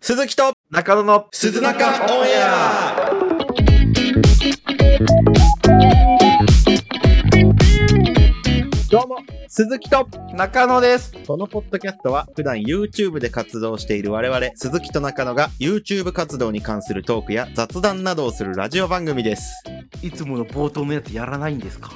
鈴木と中野の鈴中オンエアどうも鈴木と中野です。このポッドキャストは普段 YouTube で活動している我々鈴木と中野が YouTube 活動に関するトークや雑談などをするラジオ番組です、いつもの冒頭のやつやらないんですか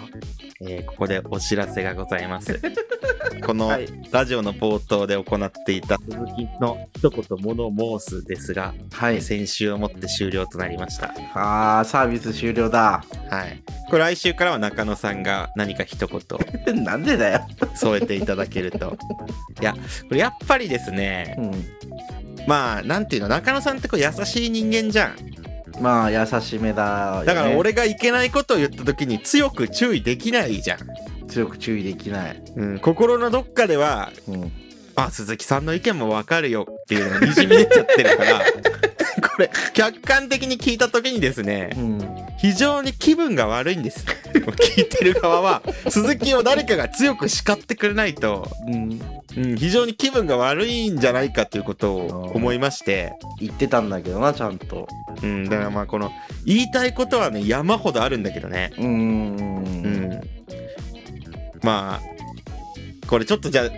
えーここでお知らせがございます このはい。ラジオの冒頭で行っていた鈴木の一言物申すですが、はい。先週をもって終了となりました。あー、サービス終了だ。 はい。これ来週からは中野さんが何か一言なんでだよ。添えていただけると。いや、これやっぱりですね、うん。まあ、なんていうの、中野さんってこう優しい人間じゃん。まあ、優しめだ、だから。俺がいけないことを言った時に強く注意できないじゃん。強く注意できない。うん、心のどっかでは、うん。あ、鈴木さんの意見もわかるよっていうのがにじみ出ちゃってるから、これ、客観的に聞いた時にですね、うん。非常に気分が悪いんです 聞いてる側は鈴木を誰かが強く叱ってくれないと、うん。うん、非常に気分が悪いんじゃないかということを思いまして、言ってたんだけどな、ちゃんと。うん、だからまあこの言いたいことはね山ほどあるんだけどね、うーん。うん、まあこれちょっとじゃあ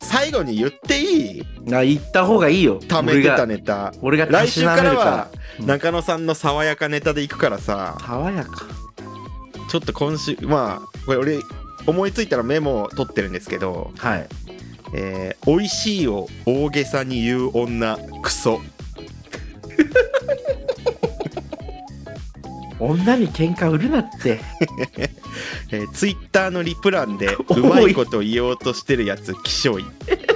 最後に言っていいな言った方がいいよ。貯めてたね。ネタ俺がた来し週なかめらるからはうん中野さんの爽やかネタでいくからさ、爽やか。ちょっと今週まあこれ俺思いついたらメモを取ってるんですけどはい。 「えー、美味しい」を大げさに言う女クソ女に喧嘩売るな って。えー、ツイッターのリプランでうまいこと言おうとしてるやつきしょい、えー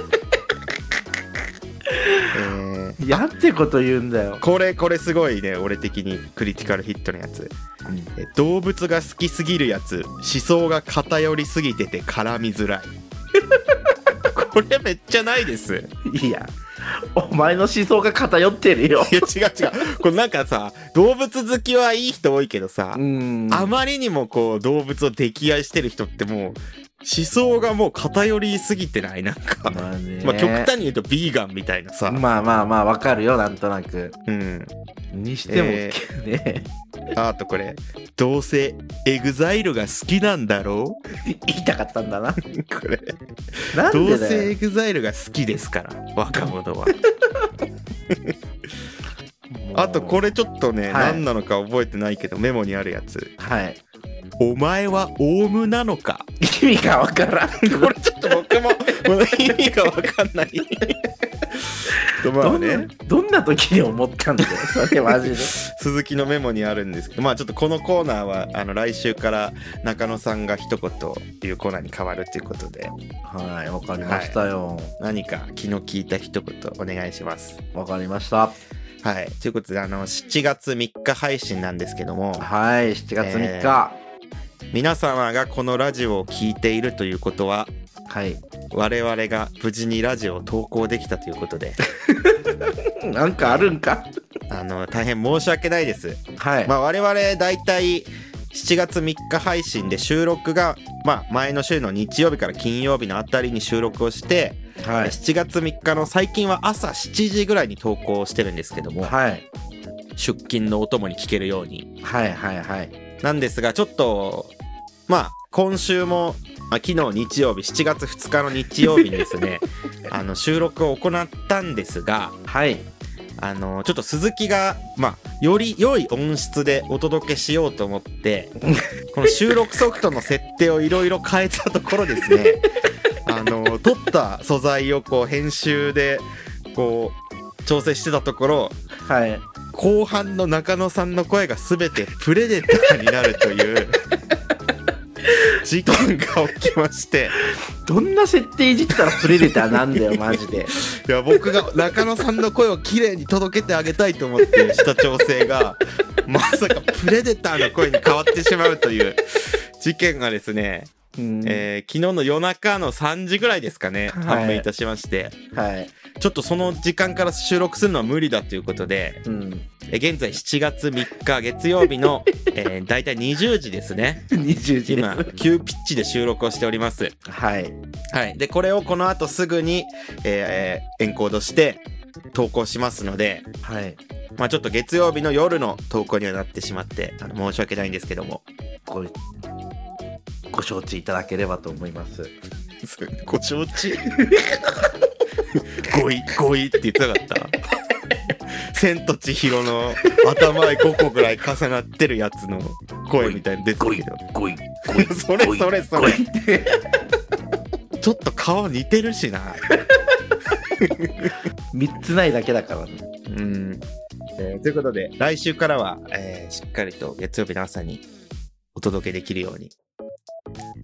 やんてこと言うんだよ。これこれすごいね俺的にクリティカルヒットのやつ、えー動物が好きすぎるやつ思想が偏りすぎてて絡みづらいこれめっちゃないです いや、お前の思想が偏ってるよ。いや違う違うこれなんかさ動物好きはいい人多いけどさ、んあまりにもこう動物を溺愛してる人ってもう思想がもう偏りすぎてないなんか、まあね。まあ、極端に言うとビーガンみたいなさ、まあまあまあ、わかるよ、なんとなく。うん、にしても、えね、ああとこれ「どうせエグザイルが好きなんだろう?言いたかったんだな。」これなん「どでうだせエよ。グザイルが好きですから若者は」 あとこれ。れちょっとね、はい何なのか覚えてないけどメモにあるやつはい。 「お前はオウムなのか」意味がわからん。これちょっと僕ももう意味がわかん ない。とまどあんなね、どんな時に思ったんだよ、それマジで。鈴木のメモにあるんですけどまあちょっとこのコーナーはあの来週から中野さんが一言いうコーナーに変わるということではい、わかりましたよ。何か気の利いた一言お願いします。わ、かりました。はいということであの7月3日配信なんですけどもはい、7月3日。皆様がこのラジオを聞いているということははい。我々が無事にラジオを投稿できたというこ とでなんかあるんかあの大変申し訳ないです。はい。まあ、我々大体7月3日配信で収録が、まあ、前の週の日曜日から金曜日のあたりに収録をして、はい。 7月3日の最近は朝7時ぐらいに投稿してるんですけども、はい。出勤のお供に聞けるようにはいはいはい。なんですがちょっとまあ今週も、まあ、昨日日曜日7月2日の日曜日にですねあの収録を行ったんですがはい。あのちょっと鈴木が、まあ、より良い音質でお届けしようと思ってこの収録ソフトの設定をいろいろ変えたところですねあの撮った素材をこう編集でこう調整してたところはい。後半の中野さんの声が全てプレデターになると いう事件が起きまして。どんな設定いじったらプレデターなんだよ、マジで。いや僕が中野さんの声を綺麗に届けてあげたいと思ってした調整がまさかプレデターの声に変わってしまうという事件がですね、 うんえー昨日の夜中の3時ぐらいですかねはい判明いたしまして、はい。ちょっとその時間から収録するのは無理だということでうん。え現在7月3日月曜日の、えー、大体20時ですね20時で今す。急ピッチで収録をしておりますはい。はいでこれをこの後すぐに、えーえーエンコードして投稿しますので、はい。まあ、ちょっと月曜日の夜の投稿にはなってしまってあの申し訳ないんですけどもこれ、ご承知いただければと思います。ご承知ごいごいって言ってなかった「千と千尋」の頭へ5個ぐらい重なってるやつの声みたいに出てごるいけど、。ごい、ごいそれごいそれそれごいってちょっと顔似てるしな3つないだけだからね。うん、えーということで来週からは、えーしっかりと月曜日の朝にお届けできるように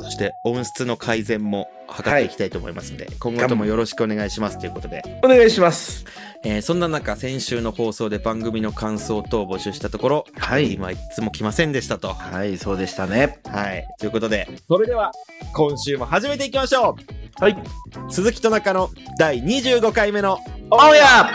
そして音質の改善も図っていきたいと思いますので、今後ともよろしくお願いしますということで、お願いします。えーそんな中先週の放送で番組の感想等を募集したところはい。今いつも来ませんでしたと。はい、そうでしたね。はい、ということでそれでは今週も始めていきましょはい。う鈴木と中の第25回目のおや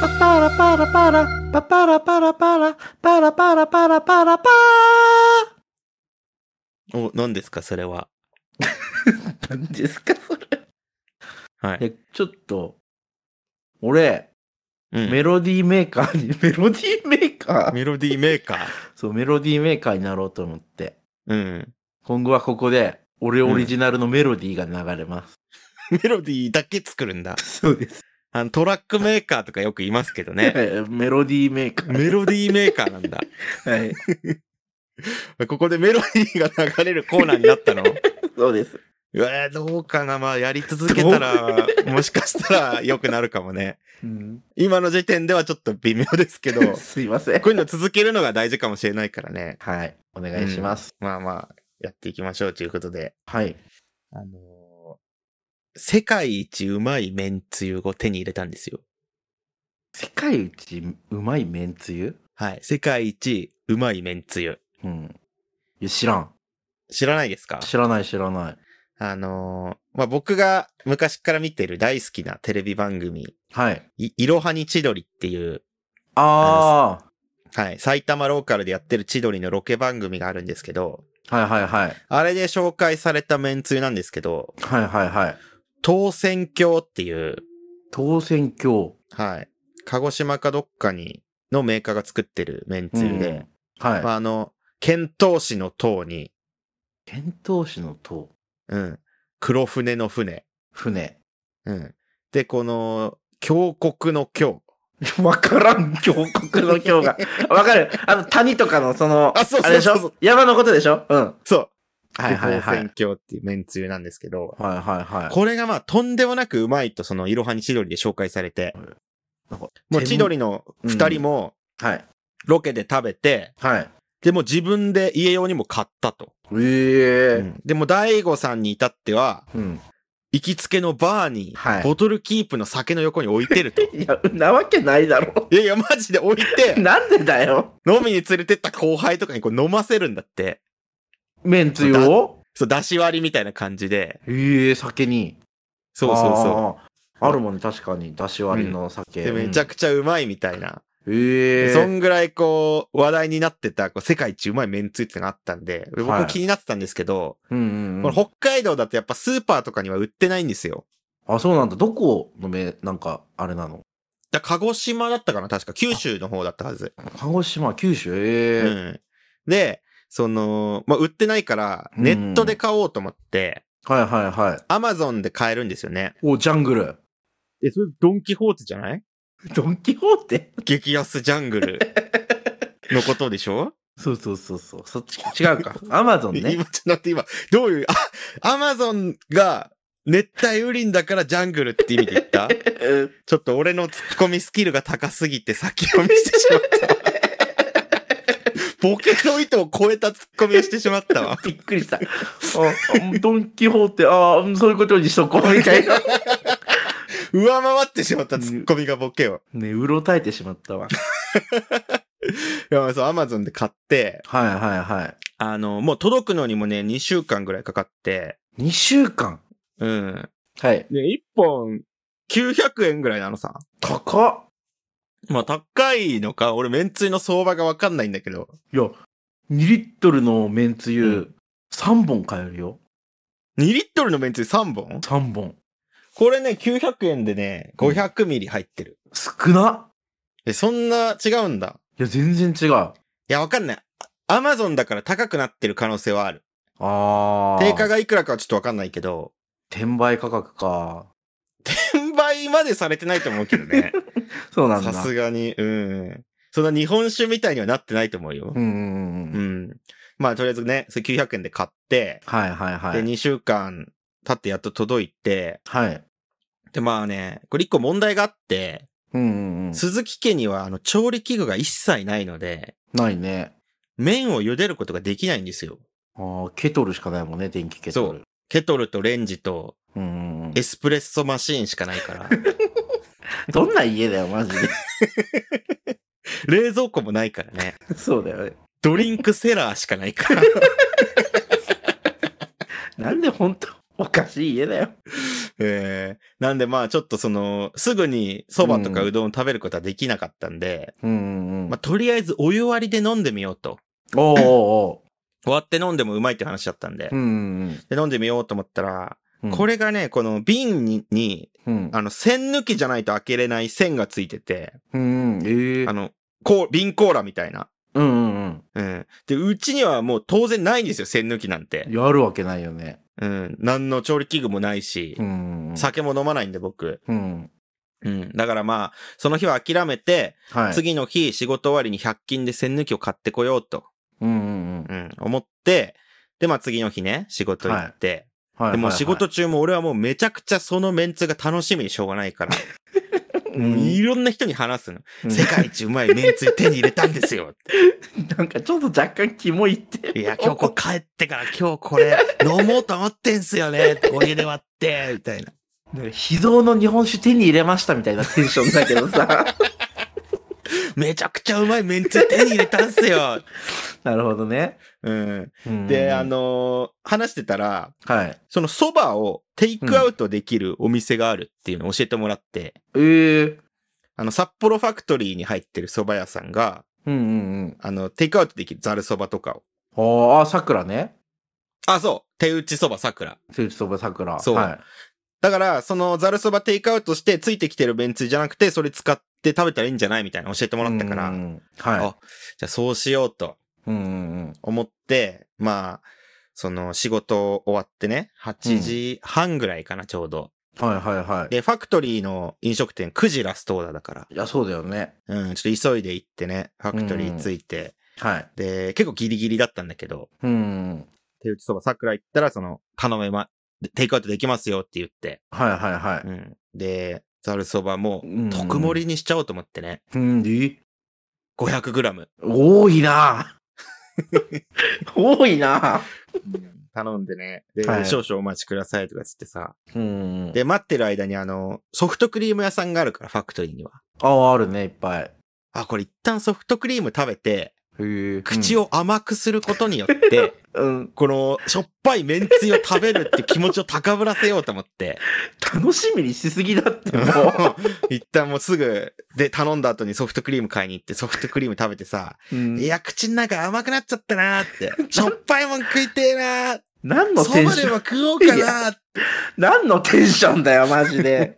パパラパラパラ、パパラパラパラ、パラパラパラパラパお何ですかそれはー 何ですか、それ。はい、え、ちょっと、俺、うんメロディーメーカーに、 メロディーメーカーメロディーメーカーそう、メロディーメーカーになろうと思って、うん今後はここで、俺オリジナルのメロディーが流れます。メロディーだけ作るんだ。 そうです。あのトラックメーカーとかよく言いますけど ね。ね、 メロディーメーカー。メロディーメーカーなんだ。はい。 ここでメロディーが流れるコーナーになったの。 そうです。 うわーどうかなまあ、やり続けた ら、もしかしたら良くなるかもね。うん、今の時点ではちょっと微妙ですけど、 こすいませんう。いうの続けるのが大事かもしれないからね。はい。お願いします。まあまあ、やっていきましょうということで。はい。あのー世界一うまい麺つゆを手に入れたんですよ。世界一うまいめんつゆはい。世界一うまい麺つゆ。うん。いや、知らん。知らないですか知らない、知らない。あのーまあ、僕が昔から見てる大好きなテレビ番組、はい。いいろはに千鳥っていう、あはい、埼玉ローカルでやってる千鳥のロケ番組があるんですけど、あ。はいはいはい。あれで紹介されためんつゆなんですけど、はいはいはい。当選郷っていう、当選鏡。はい、鹿児島かどっかに、のメーカーが作ってるめんつゆで、うんはい。まあ、あの、遣唐使の唐に、遣唐使の塔、うん、黒船の船、船。うん。で、この、峡谷の峡。 わからん、峡谷の峡が。わかるあの、谷とかの、その、あそうそうそうれでしょ山のことでしょうん。そう。はいはいはでい当選。郷っていうめんつゆなんですけど、はいはいはい。これがまあとんでもなくうまいとそのいろはに千鳥で紹介されて、なんかもう千。鳥の二人もはい。ロケで食べて、はい。でもう自分で家用にも買ったと。ええ。でも大悟さんに至っては、うん。行きつけのバーにはいボトルキープの酒の横に置いて ると。いいや、なわけないだろ。 やいやマジで置いて、なんでだよ。飲みに連れてった後輩とかにこう飲ませるんだって。めんつゆをそう、出し割りみたいな感じで。ええ、酒に。。そうそうそうあるもんね、確かに。だし割りの酒。う。で、めちゃくくちゃうまいみたいな。ええ。そんぐらいこう、話題になってた、こう世界一うまいめんつゆってのがあったんで、僕はもい気になってたんですけど、うんうんうこんれ。北海道だとやっぱスーパーとかには売ってないんですよ。あ、そうなんだ。どこのめ、なんか、あれなのだ鹿児島だったかな確か九州の方だったはず。鹿児島、九州、ええうん。で、その、まあ、売ってないから、ネットで買おうと思って、はいはいはい。アマゾンで買えるんですよね。お、ジャングル。え、それドンキホーツじゃないドン・キホーテ 激安ジャング ルのことでしょそうそうそうそう。そっち、違うか。アマゾンね。今、ちょっと待って、今、どういう、あ、アマゾンが熱帯雨林だからジャングルって意味で言ったちょっと俺のツッコミスキルが高すぎて先読みしてしまった わ。ボケの意図を超えたツッコミをしてしまったわ。びっくりした。あドン・キホーテ、ああ、そういうことにしとこう、みたい な。上回ってしまったツッコミがボケを。ね、うろたえてしまったわ。やそう、アマゾンで買って、はいはいはあの、もう届くのにもね、2週間ぐらいかかって、い。2週間。うん。はい。で、1本900円ぐらいなのさ。高っ。まあ、高いのか、俺、めんつゆの相場がわかんないんだけど、いや、2リットルのめんつうゆ、3本買えるよ。 2リットルのめんつゆ3本3本。これね、900円でね、500ミリ入ってる。少なえ、そんな違うんだ。いや、全然違う。あいや、わかんない。アマゾンだから高くなってる可能性はある。あ。定価。がいくらかはちょっとわかんないけど、転売価格か。転売までされてないと思うけどね。そう なんだ。さすがに、うん。そんな日本酒みたいにはなってないと思うよう。んうんうんううん。ん。まあ、とりあえずね、それ900円で買って、はいはいはで、い。 2週間経ってやっと届いて、はい。で、まあね、これ1個問題があって、うんうんうん。鈴木家には、あの、調理器具が一切ないので、ないね。麺を茹でることができないんですよ。ああ、ケトルしかないもんね、電気ケトル。ケトルとレンジとう。うんうんうんエ。スプレッソマシーンしかないから、 どんな家だよ、マジで。 冷蔵庫もないからね。そうだよね。ドリンクセラーしかな いから。なんで本当おかしい家だよ。ええなんでまあちょっとその、すぐに蕎麦とかうどんを食べることはできなかったんで、うんうんうん。まあとりあえずお湯割りで飲んでみようと。おーお割って飲んでもうまいって話だったんでーおー。う、んうんで飲んでみようと思ったら、うん。これがね、この瓶に、にうん、あの、栓抜きじゃないと開けれない栓がついてて、うんうん、ええあの、こう、瓶コーラみたいな。うんうんうん。で、うちにはもう当然ないんですよ、栓抜きなんてうん。。やるわけないよね。うん。何の調理器具もないしう、んうん。酒も飲まないんで僕。うん。うん。だからまあ、その日は諦めて、はい。。次の日、仕事終わりに100均で栓抜きを買ってこようと、うんうんうん。うん、思って、で、まあ次の日ね、仕事行って、はい。でもうはい仕事、中も俺はもうめちゃくちゃそのメンツが楽しみにしょうがないから、もういろんな人に話すの。うん世界一うまいメンツ手に入れたんで すよ。なんかちょっと若干キモいって。いや、今日こう帰ってから今日これ飲もうと思ってんすよね。お湯で割って、みたいな。なんか秘蔵の日本酒手に入れましたみたいなテンションだけどさ。 めちゃくちゃうまいメンツ手に入れたんすよ。なるほどね。うん。うんで、あ、のー話してたら、はい。その蕎麦をテイクアウトできるお店があるっていうのを教えてもらって、ええあの、札幌ファクトリーに入ってる蕎麦屋さんが、うんうんうん。あの、テイクアウトできるザル蕎麦とかを。ああ、あ桜ね。あ、そう。手打ち蕎麦桜。手打ちそば桜。そうはい。だから、そのザル蕎麦テイクアウトしてついてきてる便通じゃなくて、それ使って食べたらいいんじゃないみたいな教えてもらったから、うじんうんうん。あはゃあそうしようとい。うんうん思って、まあ、その仕事終わってね、8時半ぐらいかな、ちょうど。うん。はいはいはい。で、ファクトリーの飲食店9時ラストオーダーだから。いや、そうだよね。うん、ちょっと急いで行ってね、ファクトリー着いて、はい。で、結構ギリギリだったんだけど、うんうんうん。手打ちそば桜行ったら、その、頼めま、テイクアウトできますよって言って、はいはいはうん。で、ざるそばもうんうん、特盛りにしちゃおうと思ってね、い。うん、で、 500グラム多い な多いな頼んでね、で、はい少々お待ちくださいとかつってさ、うん。で、待ってる間にあの、ソフトクリーム屋さんがあるから、ファクトリーには。ああ、あるね、いっぱい。あ、これ一旦ソフトクリーム食べて、へえ。口を。を甘くすることによって、うん。この、しょっぱいめんつゆを食べるって気持ちを高ぶらせようと思って、楽しみにしすぎだって、も 一旦もうすぐ、で、頼んだ後にソフトクリーム買いに行って、ソフトクリーム食べてさ、う。うんいや、口の中甘くなっちゃったなー って、しょっぱいもん食いてえなー、何のそテンばシでョンも食おうかなーって、何のテンションだよ、マジ で。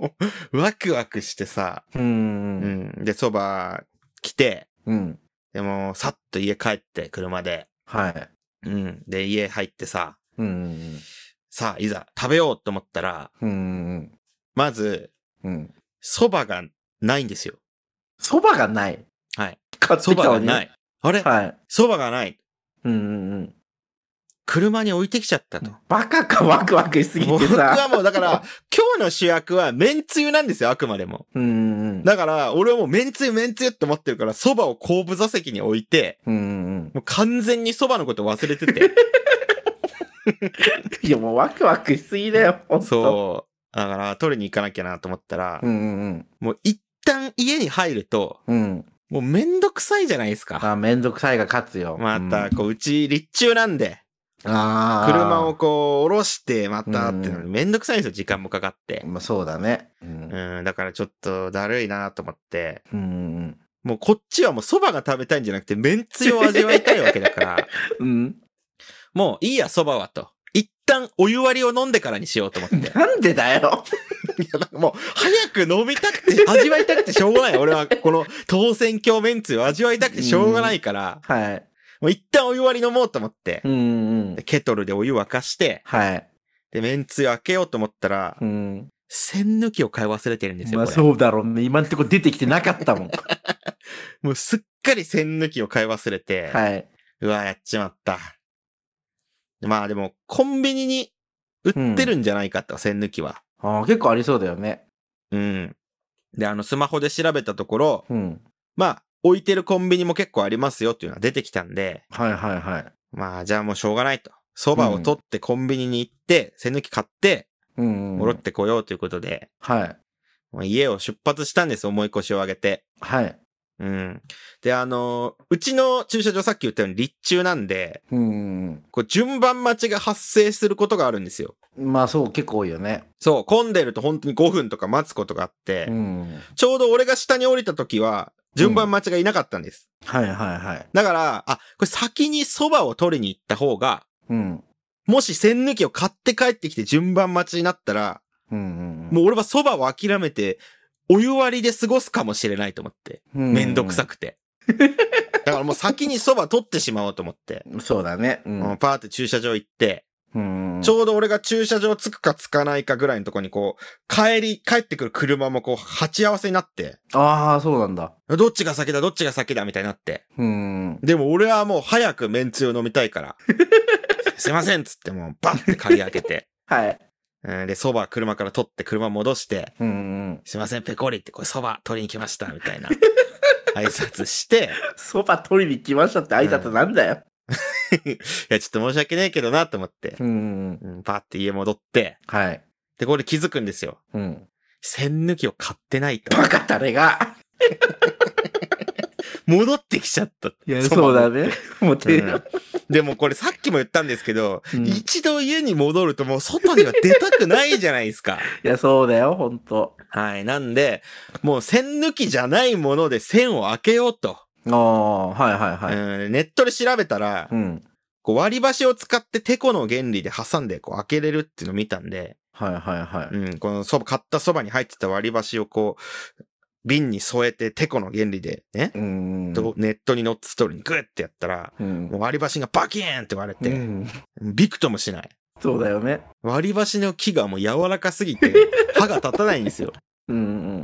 ワクワクしてさ、う。うんん、で、そば来て、うん。でもう、さっと家帰って、車で、はい。うん、で、家入ってさ、うん。さあ、いざ、食べようと思ったら、うん。まず、うん。そばがないんですよ。そばがない。はい。買ってそきばたのがに。ない。あれはい。そばがない。うんうんうん。車に置いてきちゃったと。バカかワクワクしすぎて僕はさ。もうだから、今日の主役はめんつゆなんですよ、あくまでも。うんうんだから、俺はもうめんつゆめんつゆって思ってるから、蕎麦を後部座席に置いて、うんうん。もう完全に蕎麦のこと忘れ てて。いや、もうワクワクしすぎだよ、ほんと。そう。だから、取りに行かなきゃなと思ったらう。、んうんもう一旦家に入ると、うん。うん。もうめんどくさいじゃないですか。あ、めんどくさいが勝つよ。まうんた、こう、うち立中なんで、あー車をこう、下ろして、またっていうのうにめんどくさいんですよ、時間もかかって。まあ、そうだね。うん。うん、だからちょっとだるいなと思って、うん。もうこっちはもう蕎麦が食べたいんじゃなくて、めんつゆを味わいたいわけだ から、うん。もういいや、蕎麦はと。一旦お湯割りを飲んでからにしようと思って。いなんでだよ。や、なんかもう、早く飲みたくて、味わいたくてしょうがない。俺はこの当選狂めんつゆを味わいたくてしょうがないから、はい。もう一旦お湯割り飲もうと思って、うんうんで。ケトルでお湯沸かして、はい。で、めんつゆ開けようと思ったらう、ん。栓抜きを買い忘れてるんですよ、まあこれそうだろうね。今んとこ出てきてなかった もん。もうすっかり栓抜きを買い忘れて、はい。うわ、やっちまった。まあでも、コンビニに売ってるんじゃないかと、栓抜きは。ああ、結構ありそうだよね。うん。で、あの、スマホで調べたところ、うん。まあ、置いてるコンビニも結構ありますよっていうのは出てきたんで、はいはいはい。まあ、じゃあもうしょうがないと。蕎麦を取ってコンビニに行って、栓抜き買って、うん、う戻っん。てこようということで、はい。まあ家を出発したんです、思い越しを上げて。はい。うん。で、あのーうちの駐車場さっき言ったように立中なんで、うんうんこう順番待ちが発生することがあるんですよ。うん。まあそう、結構多いよね。そう、混んでると本当に5分とか待つことがあって、うん。ちょうど俺が下に降りた時は、順番待ちがいなかったんです。はいはいはい。だから、あ、これ先に蕎麦を取りに行った方が、うん。もし栓抜きを買って帰ってきて順番待ちになったら、うんうんうん。もう俺は蕎麦を諦めて、お湯割りで過ごすかもしれないと思って。う、めんどくさ くて。だからもう先に蕎麦取ってしまおうと思って。そうだね。ううんん。パーって駐車場行って、うんうん、ちょうど俺が駐車場着くか着かないかぐらいのとこにこう、帰り、帰ってくる車もこう、鉢合わせになって、ああ、そうなんだ。どっちが先だ、どっちが先だ、みたいになって。うん。でも俺はもう早くめんつゆを飲みた いから。すいませんっつってもう、バッて鍵開けて。はい。うんで、蕎麦車から取って車戻して、うんうん。すいません、ペコリってこれ蕎麦取りに来ました、みたいな。 挨拶して、そば取りに来ましたって挨拶なんだよ。いや、ちょっと申し訳ねえけどなと思って、うん。うん、うん、パーって家戻って、はい。で、これ気づくんですよ。うん。栓抜きを買ってないと。バカ誰が。戻ってきちゃった。いや、蕎麦そうだ ね。もううて、んでもこれさっきも言ったんですけど、うんい一度家に戻るともう外には出たくないじゃないですか。や、そうだよ、ほんと。はい。なんで、もう栓抜きじゃないもので栓を開けようと。ああ、はいはいはい。うんネットで調べたら、うん。こう割り箸を使ってテコの原理で挟んでこう開けれるっていうのを見たんで、はいはいはうい。ん、このそば、買ったそばに入ってた割り箸をこう、瓶に添えてテコの原理でね、うん。とネットにのっつとるにグッてやったら、うんもう割り箸がバキーンって割れうて、ん。びくともしない。そうだよね。割り箸の木がもう柔らかす ぎて、歯が立たないんですよ。うんうん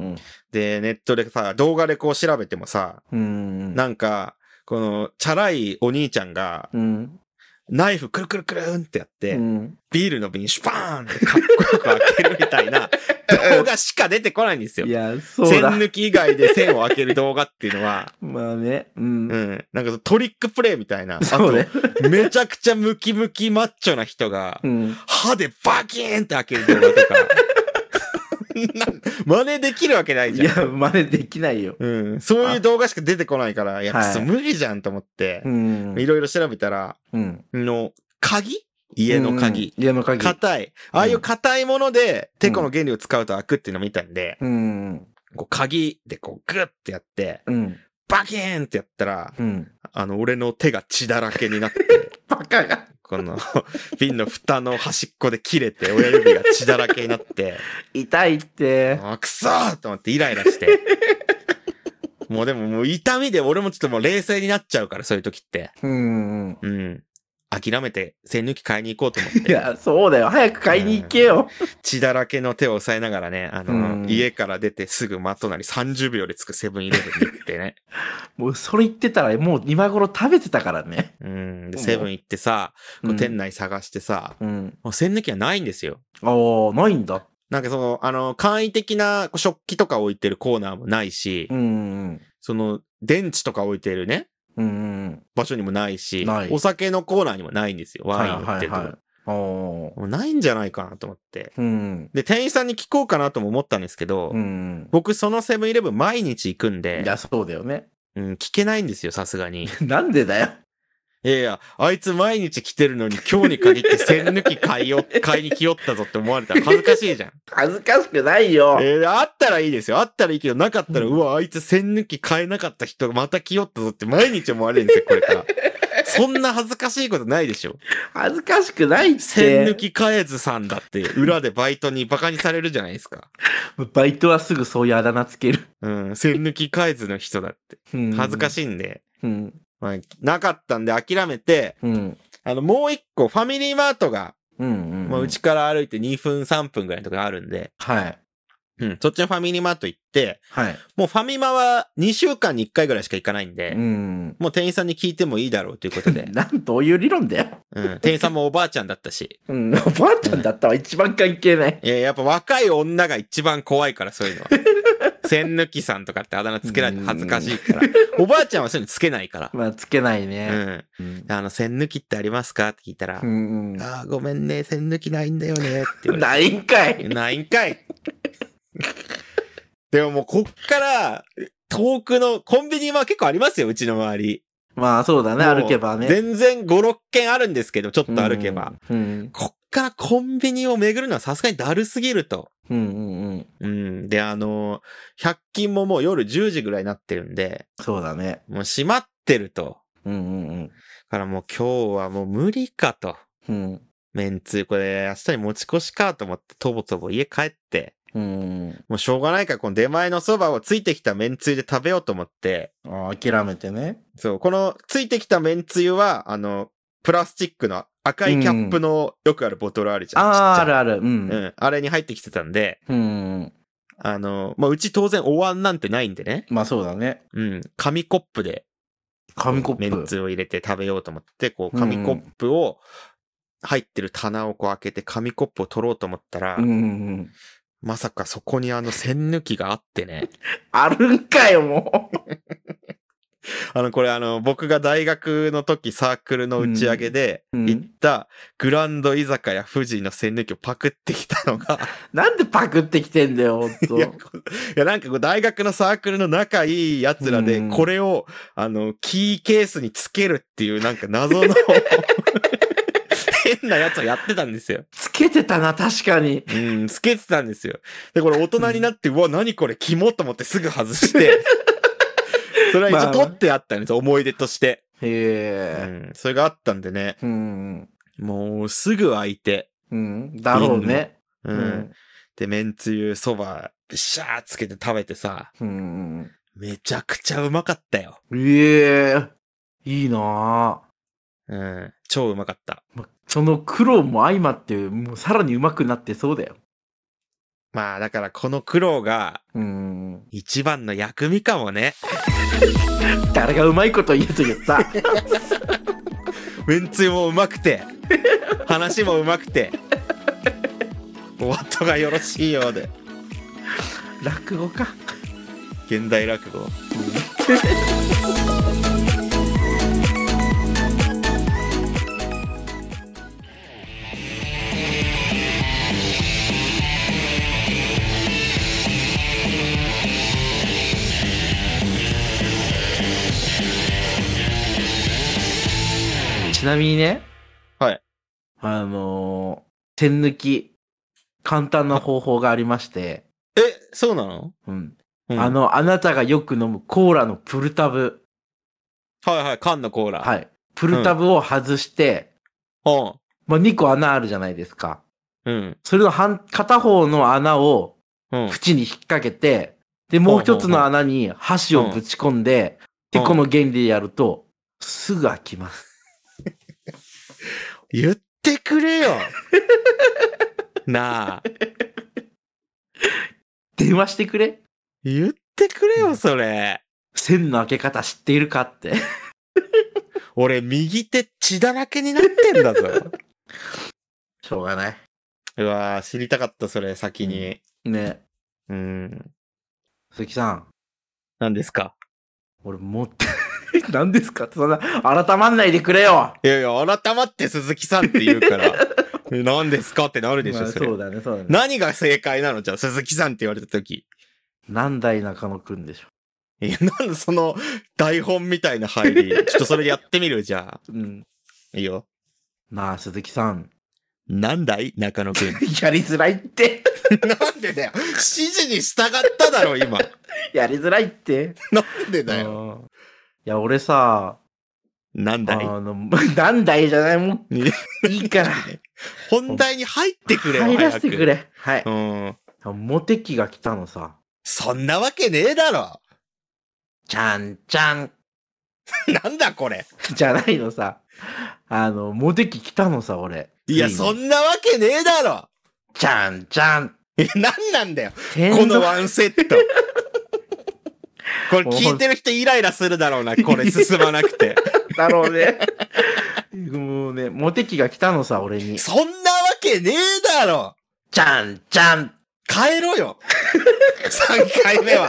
で、ネットでさ、動画でこう調べてもさ、うん。うん。なんか、この、チャラいお兄ちゃんが、うん。ナイフくるくるくるんってやって、うん。ビールの瓶シュパーンってかっこよく開けるみた いな動画しか出てこないんですよい。や、そう栓だ。抜き以外で栓を開ける動画っていう のは、まあね。うん。うん、なんかトリックプレイみたいな。あそうとね。めちゃくちゃムキムキマッチョな人が、うん。歯でバキーンって開ける動画とか。な 真似できるわけないいじゃん。や、真似できないよ。うん、そういう動画しか出てこないから、いや、はいそう無理じゃんと思ってう、んい。ろいろ調べたら、うん。の、鍵家の鍵。うん。家の鍵。硬い。ああいう硬いもので、テコの原理を使うと開くっていうのを見たんで、うん。こう鍵でこうグッてやって、うん。バキーンってやったら、うん。あの、俺の手が血だらけになって、バカが。この 瓶の蓋の端っこで切れて、親指が血だらけになって、痛いって。あ、くそーと思ってイライ ラして。もうでももう痛みで俺もちょっともう冷静になっちゃうから、そういう時って。うん。うん。諦めて、栓抜き買いに行こうと思っいて。や、そうだよ。早く買いに行けよ。血だらけの手を押さえながらね、あの、うん家から出てすぐ間となり30秒で着くセブンイレブンに行ってね。 もうそれ言ってたら、もう今頃食べてたからね。うん。でうんセブン行ってさ、こううん店内探してさ、うん。もう栓抜きはないんですよ。ああ、ないんだ。なんかその、あの、簡易的なこう食器とか置いてるコーナーもないし、うん。その、電池とか置いてるね、うんうん。場所にもないし、ないお酒のコーナーにもないんですよ。ワイン売ってるとこ、い。おもうないんじゃないかなと思って。うん。で、店員さんに聞こうかなとも思ったんですけど、うん。僕そのセブンイレブン毎日行くんで、いや、そうだよね。 うん、聞けないんですよ、さすがに。 なんでだよ。いやいや、あいつ毎日来てるのに今日に限って線抜き買いよ、買いに来よったぞって思われたら恥ずかしいじゃん。恥ずかしくないよ。え ーあったらいいですよ。あったらいいけど、なかったら、うわ、あいつ線抜き買えなかった人また来よったぞって毎日思われるんですよ、これ から。そんな恥ずかしいことないでしょ。恥ずかしくないって。線抜き買えずさんだって、裏でバイトにバカにされるじゃないですか。バイトはすぐそういうあだ名つける。うん、線抜き買えずの人だって。恥ずかい。しいんで。うん。まあ、なかったんで諦めて、うん。あの、もう一個、ファミリーマートが、うん。うん。まあ、うちから歩いて2分、3分ぐらいのとこにあるんで、はい。うん、そっちのファミリーマート行って、はい。もうファミマは2週間に1回ぐらいしか行かないんで、うん。、もう店員さんに聞いてもいいだろうということで なん、どういう理論だよ。うん、店員さんもおばあちゃんだったし、うん。おばあちゃんだったわ。一番関係ない。いややっぱ若い女が一番怖いから、そ ういうのは。千抜きさんとかってあだ名つけられて恥ずかしいから、おばあちゃんはそういうのつけないから、まあ、つけないうね。ん、うん。あの、千抜きってありますかって聞いたら、うん。ああ、ごめんね、線抜きないんだよね、って言われて。ないんかい。ないんかいでももうこっから、遠くのコンビニは結構ありますよ、うちの周り。まあ、そうだね。もう歩けばね。全然5、6軒あるんですけど、ちょっとうん歩けば。。うん。こっからコンビニを巡るのはさすがにだるすぎると。うんうんうん。うん。で、あのー、100均ももう夜10時ぐらいになってるんで、そうだね。もう閉まってると。うんうんだからもう今日はもう無理かと。うん。うん。めんつゆ、これ明日に持ち越しかと思って、とぼとぼ家帰って、うん。もうしょうがないから、この出前のそばをついてきためんつゆで食べようと思って、ああ、諦めてね。そう、このついてきためんつゆは、あの、プラスチックの赤いキャップのよくあるボトルあるじゃん。ちっちゃああ、いあるある。う。うんん、あれに入ってきてたんで、うん。あの、まあ、うち当然お椀なんてないんでね、まあ、そうだね。うん、紙コップで、紙コめッんつプ。ゆを入れて食べようと思って、こう、うん紙コップを、入ってる棚をこう開けて紙コップを取ろうと思ったら、うんうんうん。まさかそこにあの栓抜きがあってね。あるんかよ、もう。 あの、これあの、僕が大学の時サークルの打ち上げでうんうん行ったグランド居酒屋富士の栓抜きをパクってきたの が、なんでパクってきてんだよ、ほんと。いや、こいやなんかこう大学のサークルの仲いい奴らで、うんこれを、あの、キーケースにつけるっていうなんか謎の、変なやつをやってたんですよ。つけてたな、確かに。うん、つけてたんですよ。で、これ大人になって、うわ、何これ、キモと思ってすぐ外 して、それは一応取ってあったんですよ、思い出として。うへえ。ん、それがあったんでね。うん。もうすぐ開いて、うん。だろうね。う。うんん。で、めんつゆ、そば、ビシャーつけて食べてさ、うん。めちゃくちゃうまかったよ。ええ。いいなぁ。うん。超うまかった。まその苦労も相まって、もうさらに上手くなってそうだよ。まあ、だからこの苦労がうん。一番の薬味かもね。誰がうまいこと言うと言 った。めんつゆもうま くて、話もうまくて、お後がよろしいようで、落語か。現代落語。ちなみにね。はい。あのー、点抜き、簡単な方法がありまして、え、そうなの、うん。うんあ、の、あなたがよく飲むコーラのプルタブ。はいはい、缶のコーラ。い。はい。プルタブを外して、まあ、2個穴あるじゃないですか。うん。それの半片方の穴をうん。縁に引っ掛けて、で、もう一つの穴に箸をぶち込んで、うんで、この原理でやると、すぐ開きます。言ってくれよ なあ電話してくれ言ってくれよそれ線の開け方知っているかって。俺右手血だらけになってんだぞしょうがない。 うわー知りたかったそれ先にね。うん鈴木さん、何ですか俺持って、 何ですかってそんな、改まんないでくれよいやいや改まって鈴木さんって言う からえ何ですかってなるでしょまあそれ、そうだね、そうだね。何が正解なのじゃあ鈴木さんって言われた時何代中野くんでしょ。いや、なんでその台本みたいな入り。ちょっとそれやってみるじゃうん。あ。いいよ。なあ、鈴木さん。 なんだい中野くん。やりづらいって。 なんでだよ。指示に従っただろ、今。やりづらいって。なんでだよ。よ。いや、俺さ、なんあだいの、 なんだいじゃない、もねう、いいから。本題に入ってくれよ入らせてく。れ。はい早くう。ん。モテ期が来たのさ。そんなわけねえだろ。 ちゃんちゃん。 なんだこれ。じゃないのさ。あの、モテ期来たのさ、俺。いや、つにそんなわけねえだろ。ちゃんちゃん。え、なんなんだよ。天こ皇のワンセッ ト。これ聞いてる人イライラするだろうな、これ進まなくて。だろうね。もうね、モテ期が来たのさ、俺に。そんなわけねえだろちゃんちゃん。変えろよ !3 回目は。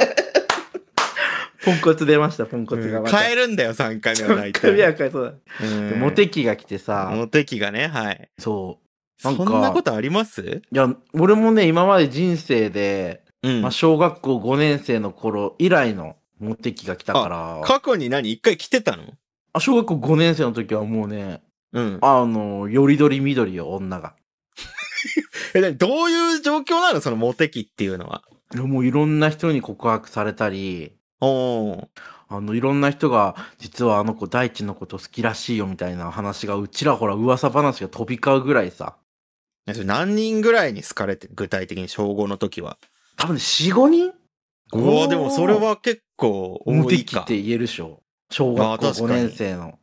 ポンコツ出ました、ポンコツがまた。変えるんだよ、3回目は大首体。は変えそうだ。モモテ期が来てさ、モテ期がね、はい。そそなんんかなことありますう。いや、俺もね、今まで人生で、うんまあ、小学校5年生の頃以来のモテ期が来たから、過去に何一回来てたのあ小学校5年生の時はもうね、うん。あの、よりどり緑よ、女が。え、何どういう状況なのそのモテ期っていうのは。もういろんな人に告白されたり、おー。あの、いろんな人が、実はあの子、大地のこと好きらしいよみたいな話が、うちらほら噂話が飛び交うぐらいさ、えそれ何人ぐらいに好かれてる具体的に小5の時は。多分ね、4、5人うわ、でもそれは結構無多い敵かっ。て言えるでしょ。小まあ学校確か5に年生の。っ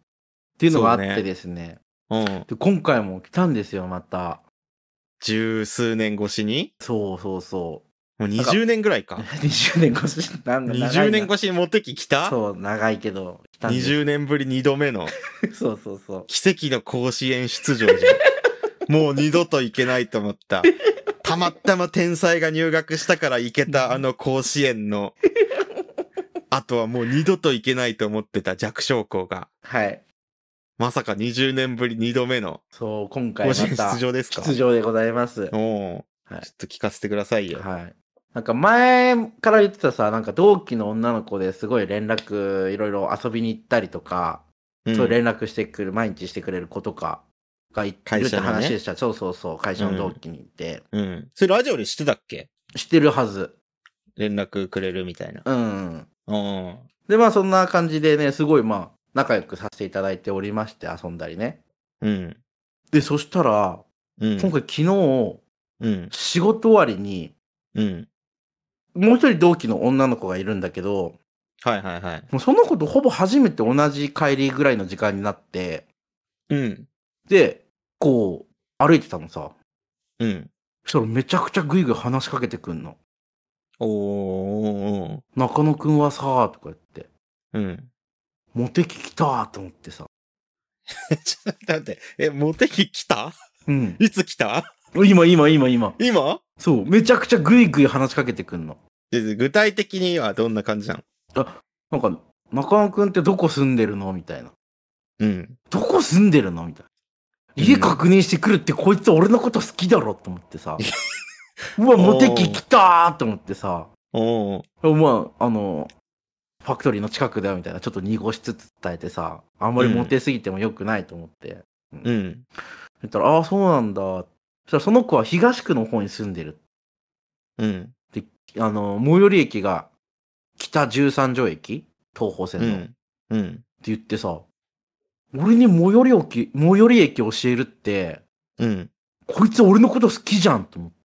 ていうのがあっそうねてですね。うん。で今回も来たんですよ、また。十数年越しにそうそう そ。もう20年ぐらいうか。 20年越し、なんか長いな20年越しにモテ期来たそう、長いけど、来たんです。 20年ぶり2度目の そうそうそう。奇跡の甲子園出場じ ゃん。もう二度と行けないと思った。たまたま天才が入学したから行けたあの甲子園の、あとはもう二度と行けないと思ってた弱小校が、はい。まさか20年ぶり2度目のそう、今回甲ま子園た出場ですか出場でございます。おおー、はいちょっと聞かせてくださいよ。はい。なんか前から言ってたさ、なんか同期の女の子ですごい連絡、いろいろ遊びに行ったりとか、うんそう連絡してくる、毎日してくれる子とかがいる会って社のね話でした。そうそうそう、会社の同期に行って、うん。それラジオでしてたっけしてるはず。連絡くれるみたいな。うん。うん。で、まあそんな感じでね、すごいまあ仲良くさせていただいておりまして、遊んだりね。うん。で、そしたら、うん。今回昨日、うん。仕事終わりに、うん。もう一人同期の女の子がいるんだけど、はいはいはい。もうその子とほぼ初めて同じ帰りぐらいの時間になって、うん。で、こう、歩いてたのさ。うん。そしたらめちゃくちゃグイグイ話しかけてくんの。おー。中野くんはさ、とか言って、うん。モテ期来たと思ってさ。 ちょっと待って。え、モテ期来た うん。いつ来た今、今、今、今。今そう、めちゃくちゃグイグイ話しかけてくんの。で具体的にはどんな感じなのなんか、中野くんってどこ住んでるのみたいな。うん。どこ住んでるのみたいな。家確認してくるってこいつ俺のこと好きだろと思って さ。うわ、モテ期来たと思ってさ。おー。まあ、あの、ファクトリーの近くだよみたいな、ちょっと濁しつつ伝えてさ、あんまりモテすぎても良くないと思って。うん。言ったら、ああ、そうなんだ。そしたら、その子は東区の方に住んでる。うん。あの、最寄り駅が北13条駅東方線うの。ってん。うん。言ってさ、俺に最寄り駅、最寄り駅教えるって、うん。こいつ俺のこと好きじゃんと思って。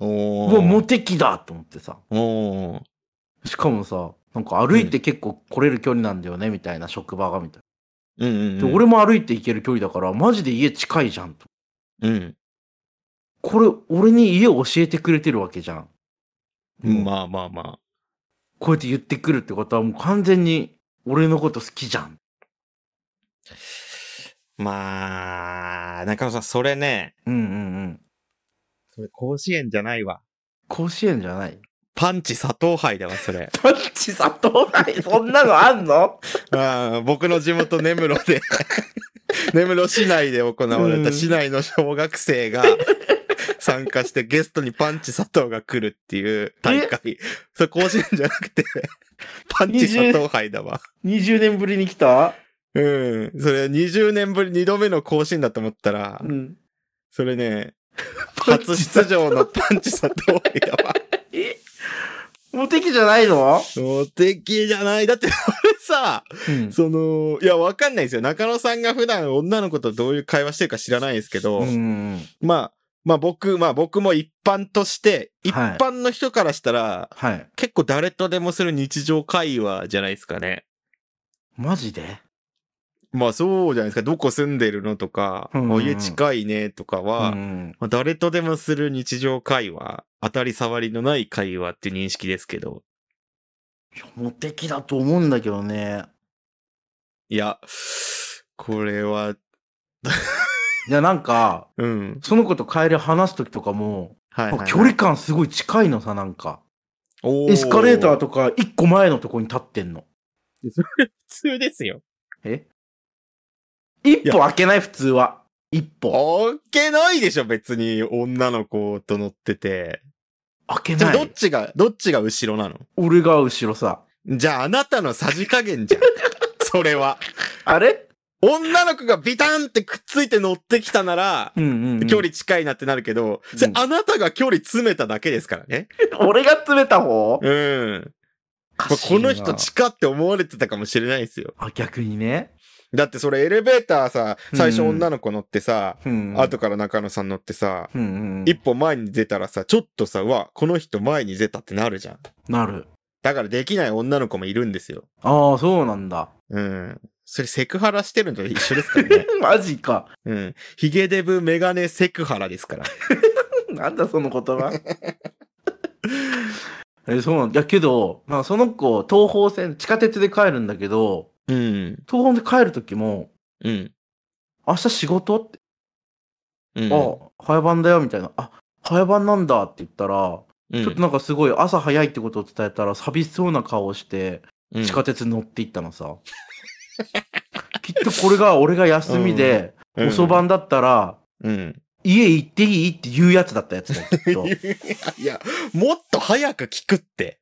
おー。うわ、モテ期だと思ってさ。おー。しかもさ、なんか歩いて結構来れる距離なんだよね、みたいな、職場が、みたいな。うんうん、で俺も歩いて行ける距離だからマジで家近いじゃんとうん。これ俺に家を教えてくれてるわけじゃん、うん。あ、まあまあまこうやって言ってくるってことはもう完全に俺のこと好きじゃんあ。まあ、中野さん、それね。うんうんうんそれ甲子園じゃないわ。甲子園じゃないパンチ砂糖杯だわ、それ。パンチ砂糖ないそんなのあんのああ、僕の地元根室 で、根室市内で行われた市内の小学生が、参加して、ゲストにパンチ佐藤が来るっていう大会。それ甲子園じゃな くて、パンチ佐藤杯だわ。 20年ぶりに来たうん。それ20年ぶり2度目の甲子園だと思ったらう、ん。それね、パンチ初出場のパンチ佐藤杯だ わ。えモテキじゃないの無敵じゃない。だって、それさ、うんその、いや、わかんないですよ。中野さんが普段女の子とどういう会話してるか知らないですけど、うん。まあ、まあ僕、まあ僕も一般として、一はい般の人からしたら、はい。結構誰とでもする日常会話じゃないですかね。マジでまあそうじゃないですか。どこ住んでるのとか、うんうんうんお家近いねとかは、うん。まあ誰とでもする日常会話、当たり障りのない会話っていう認識ですけど、いやモテキだと思うんだけどね。いや、これは、いや、なんか、うん。その子と帰り話すときとかも、はい、はいはい。距離感すごい近いのさ、なんか。おエスカレーターととか一個前のとこに立ってんの。普通ですよ。え一歩開けない、普通は。一歩。置けないでしょ、別に女の子と乗ってて。開けじゃあなどっい。ちが、どっちが後ろなの俺が後ろさ。じゃああなたのさじ加減じゃん。 それは。あれ女の子がビタンってくっついて乗ってきたなら、うんうん、うん。距離近いなってなるけど、うんそれあなたが距離詰めただけですからね。俺が詰めた方うん。まあこの人近って思われてたかもしれないですよ。あ、逆にね。だってそれエレベーターさ、最初女の子乗ってさ、うん後から中野さん乗ってさ、うんうん、一歩前に出たらさ、ちょっとさ、うわ、この人前に出たってなるじゃん。なる。だからできない女の子もいるんですよ。ああ、そうなん だ。うん。それセクハラしてるのと一緒ですからね。マジか。うん。ヒゲデブメガネセクハラですから。なんだその言葉。 え、そうなんだ。いやけど、まあその子、東方線、地下鉄で帰るんだけど、 うん。東方で帰る時も、うん。明日仕事って、うんあ、早番だよ、みたいな。あ、早番なんだって言ったら、うんちょっとなんかすごい朝早いってことを伝えたら、寂しそうな顔をして、うん地下鉄に乗っていったのさ。 きっとこれが、俺が休みで、うん遅番だったら、うん。家行っていいって言うやつだったやつだよ、き っと。いや、もっと早く聞く って。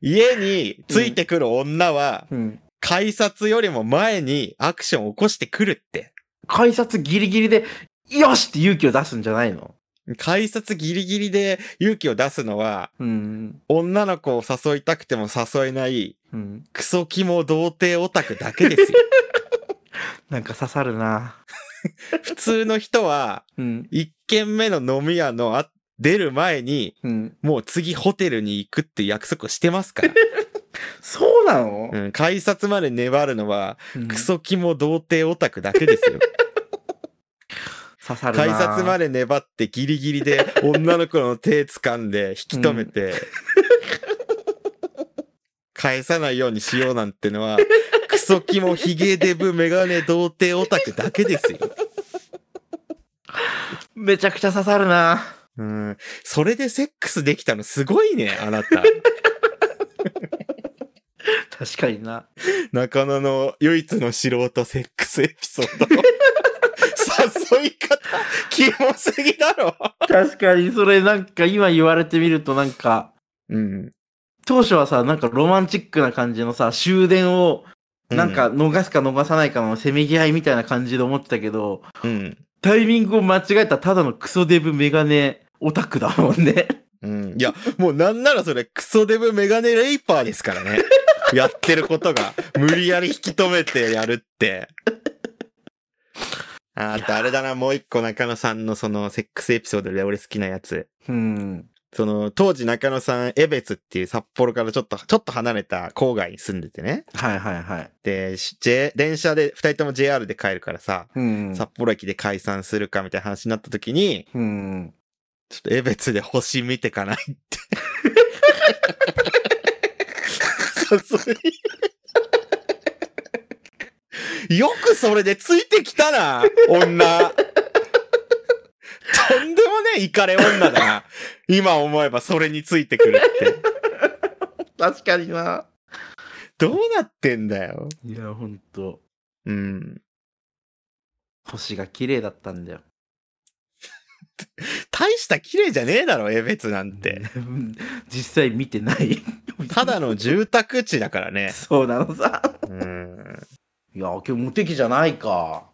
家についてくる女は、うん。改札よりも前にアクションを起こしてくるって。改札ギリギリで、よしって勇気を出すんじゃないの改札ギリギリで勇気を出すのは、うん。女の子を誘いたくても誘えない、うん。クソキモ童貞オタクだ けですよ。なんか刺さるな。普通の人は、うん。一軒目の飲み屋のあ出る前に、うん。もう次ホテルに行くって約束をしてます から。そうなの、うん、改札まで粘るのは、うんクソキモ童貞オタクだけですよ。刺さるな。改札まで。で粘ってギリギリで女の子の手掴んで引き止めて、 返さないようにしようなんてのは、クソキモヒゲデブメガネ童貞オタクだけですよ。めちゃくちゃ刺さるな。うん、それでセックスできたのすごいね、あなた。確かにな。中野の唯一の素人セックスエピソー ド。誘い方、キモすぎだろ。確かに、それなんか今言われてみるとなんか、うん。当初はさ、なんかロマンチックな感じのさ、終電をなんか、逃すか逃さないかのせめぎ合いみたいな感じで思ってたけど、うん。タイミングを間違えたただのクソデブメガネオタクだもんね。うん。いや、もうなんならそれ、クソデブメガネレイパーですから ね。やってることが、無理やり引き止めてやるって。ああとあれだな、もう一個中野さんのそのセックスエピソードで俺好きなやつ。うん。その、当時中野さん、江別っていう札幌からちょっと、ちょっと離れた郊外に住んでてね。はいはいはい。で、し J、電車で、二人とも JR で帰るからさ、うん。札幌駅で解散するかみたいな話になった時に、うん。ちょっと江別で星見てかないって。誘いよくそれでついてきたな、女。とんでもねえイカレ女だな。今思えばそれについてくるって。確かにな。どうなってんだよ。いや、ほんと。うん。星が綺麗だったんだよ。大した綺麗じゃねえだろ、江別なんて。 実際見て ない。ただの住宅地だから ね。そうなのさ。うん。いや、今日モテ期じゃないか。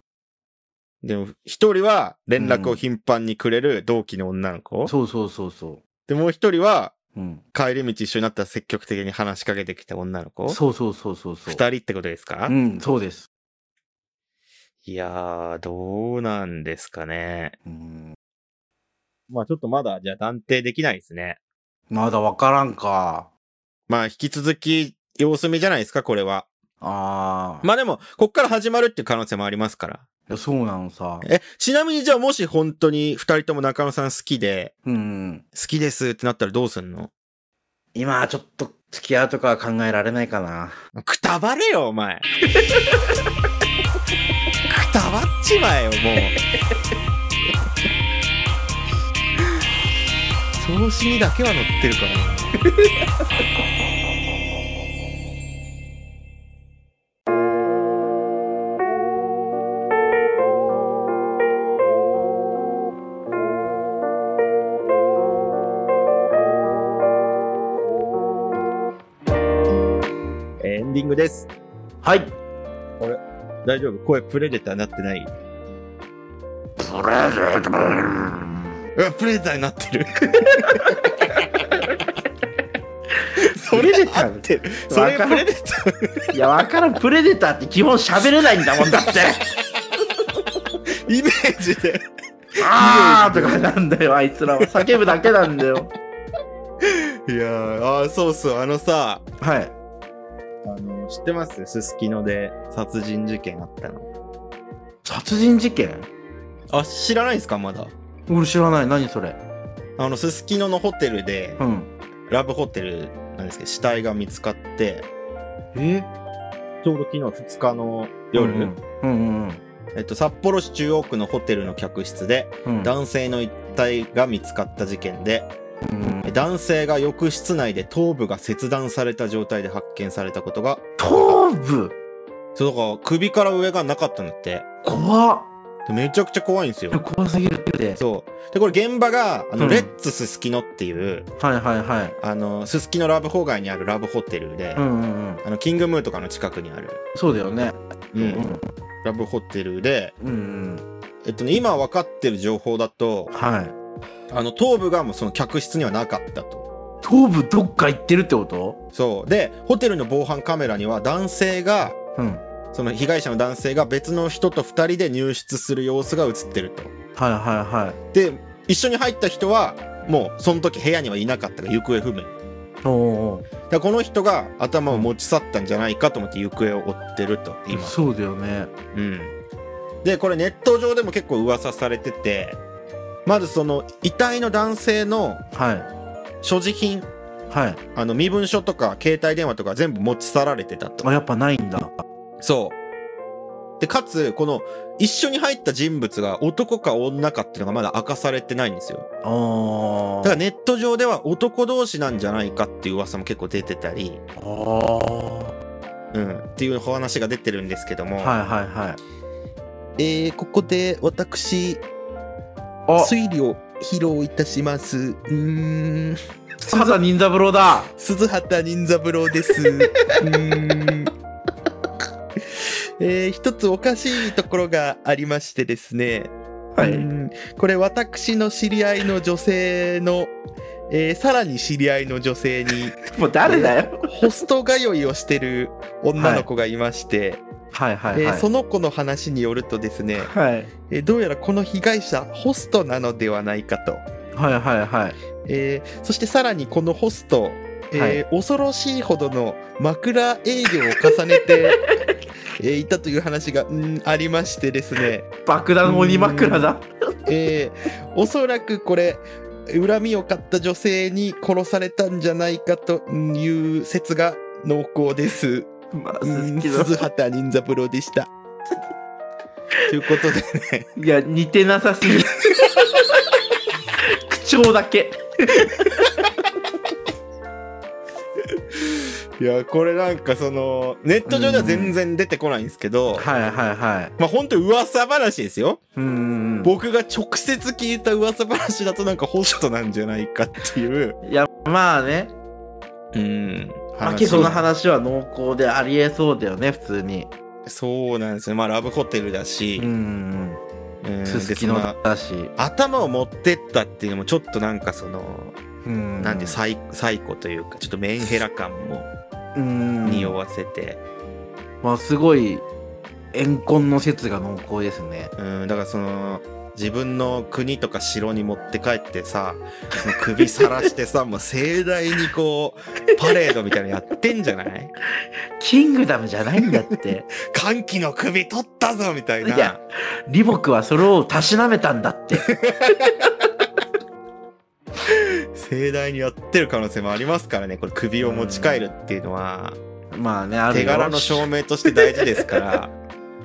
でも、一人は連絡を頻繁にくれる同期の女の子。そうそうそうそで、もう一人はう。うん。帰り道一緒になったら積極的に話しかけてきた女の子。そうそうそうそうそう。二人ってことですか、うん、そうです。いやー、どうなんですかね。うん。まあちょっとまだ、じゃあ断定できないですね。まだわからんか。まあ引き続き様子見じゃないですか、これは。ああ。まあでも、こっから始まるっていう可能性もありますから。いやそうなのさ。え、ちなみにじゃあもし本当に二人とも中野さん好きで、うん。好きですってなったらどうすんの今はちょっと付き合うとかは考えられないかな。くたばれよ、お前。くたばっちまえよ、もう。調子にだけは乗ってるからな。エンディングです。はい。大丈夫声プレデターなってないプレデタープレデターになって る。それで合ってる。それわかプるレデター。いや、わからん。プレデターって基本喋れないんだもんだ って。イメージで。あーとかなんだよ、あいつらは。叫ぶだけなんだよ。いやー、あーそうそう、あのさ、はい。あの、知ってますすすきので殺人事件あったの。殺人事件あ、知らないですかまだ。俺知らない。何それ。あの、すすきののホテルで、うん。ラブホテルなんですけど、死体が見つかって、えちょうど昨日2日の夜、うんうんうんえっと、札幌市中央区のホテルの客室で、うん。うん男性の遺体が見つかった事件で、うん男性が浴室内で頭部が切断された状態で発見されたことが、頭部そうだから首から上がなかったんだって。怖っ。でめちゃくちゃ怖いんですよ。怖すぎるって。そう。で、これ現場が、あの、うんレッツススキノっていう、はいはいはい。あの、ススキノラブホ街にあるラブホテルで、うんうんうん。あの、キングムーとかの近くにある、そうだよね。うんラブホテルで、うんうん。えっとね、今分かってる情報だと、はい。あの、頭部がもうその客室にはなかったと。頭部どっか行ってるってことそう。で、ホテルの防犯カメラには男性が、うん。その被害者の男性が別の人と二人で入室する様子が映ってると。はいはで、一緒に入った人は、もうその時部屋にはいなかったが行方不明。いはい。おーだからこの人が頭を持ち去ったんじゃないかと思って行方を追ってると今そうだよね。うんでこれネット上でも結構噂されててまずその遺体の男性のは所持品い。はい。あの身分証とか携帯電話とか全部持ち去られてたとあ、やっぱないんだ。そうでかつこの一緒に入った人物が男か女かっていうのがまだ明かされてないんですよあだあ。からネット上では男同士なんじゃないかっていう噂も結構出てたり、あーうん、っていうお話が出てるんですけども、はいはいはい。えーここで私あ、推理を披露いたしますうーんまだ忍三郎だ。鈴畑任三郎ですうーんえー一つおかしいところがありましてですね、うーんこれ私の知り合いの女性の、えーさらに知り合いの女性にもう誰だよ。ホスト通いをしてる女の子がいまして、はいはいえはーい。その子の話によるとですね、はい。えーどうやらこの被害者ホストなのではないかと、はいはいはい。えーそしてさらにこのホスト、えーはい恐ろしいほどの枕営業を重ねて、 えーいたという話がうんありましてですね、爆弾鬼枕だ。えーおそらくこれ恨みを買った女性に殺されたんじゃないかという説が濃厚です。まあ、う鈴ん木鈴畑任三郎でした。ということでね、いや、似てなさす ぎる。口調だけ。 いやこれなんかそのネット上では全然出てこないんですけど、はいはいはい。まあ本当噂話ですよ。うんうんうんうん僕が直接聞いた噂話だとなんかホストなんじゃないかっていう、いやまあねうん、まあ話けどその話は濃厚でありえそうだよね普通にそうなんですねまあラブホテルだしう、んうんすすできそののだし頭を持ってったっていうのもちょっとなんかその、うんなんでサイサイコというかちょっとメンヘラ感もうん匂わせて、まあすごい怨恨の説が濃厚ですねうん、だからその自分の国とか城に持って帰ってさその首さらし てさもう盛大にこうパレードみたいなのやってんじゃない キングダムじゃないんだって歓喜の首取ったぞみたいないや李牧はそれをたしなめたんだって盛大にやってる可能性もありますからねこれ首を持ち帰るっていうのはまあねあるよ手柄の証明として大事で すから。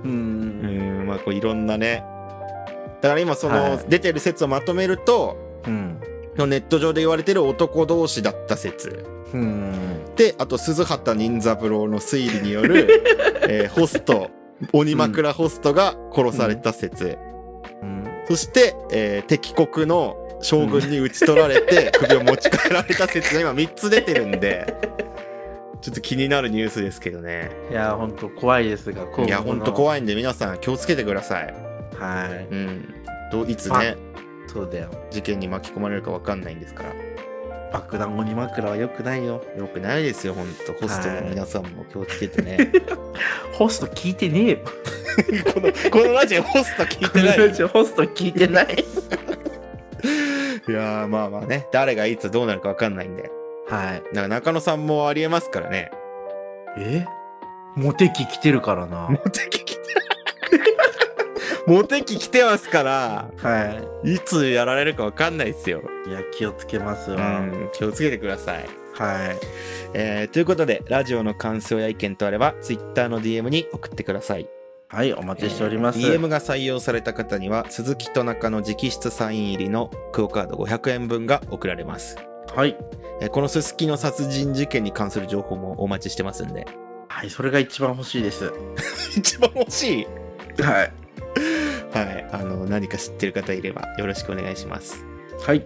ううんんまあこういろんなねだから今その、はい出てる説をまとめるとうんネット上で言われてる男同士だった説うんであと鈴畑任三郎の推理による、 えーホスト鬼枕ホストが殺された説、うんそして、えー敵国の将軍に討ち取られて首を持ち帰られた説が今3つ出てるんでちょっと気になるニュースですけどねいやほんと怖いですがいやほんと怖いんで皆さん気をつけてください、いはうん、どういつまあねいそうだよ事件に巻き込まれるか分かんないんですから爆弾鬼枕は良くないよよくないですよほんとホストの皆さんも気をつけ てね、ホスト聞いてねえよこのこのラジオホスト聞い てないラジオホスト聞いてないいやーまあまあね誰がいつどうなるか分かんないんではいだから中野さんもありえますからねえモテ期来てるから なモテ期来てモテ期来てますからいつやられるか分かんないですよ、いいや気をつけますうわ、ん、気をつけてくださいはいえーということでラジオの感想や意見とあれば Twitter の DM に送ってくださいはいお待ちしております、えー DM が採用された方には鈴木と中野直筆サイン入りのクオカード500円分が送られますはいえーこのすすきの殺人事件に関する情報もお待ちしてますん ではいそれが一番欲しいです一番欲しいはいはいあの何か知ってる方いればよろしくお願いします、はい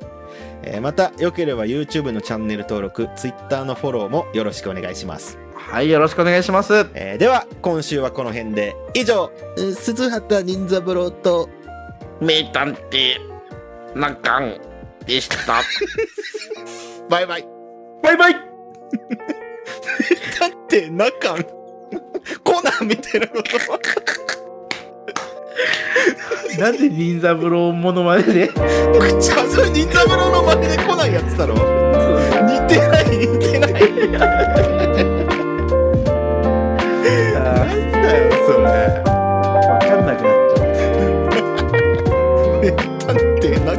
えーまたよければ YouTube のチャンネル登録 Twitter のフォローもよろしくお願いします、はいよろしくお願いしますえーでは今週はこの辺で以上鈴畑任三郎と名探偵なかんでした バイバイバイバイだって中コナンみたいなことなんで忍三郎ものまねで 口はそれ忍三郎の真似でコナンやってたろ似てない似てないあだよそれーわかんなくなっちゃう名探偵中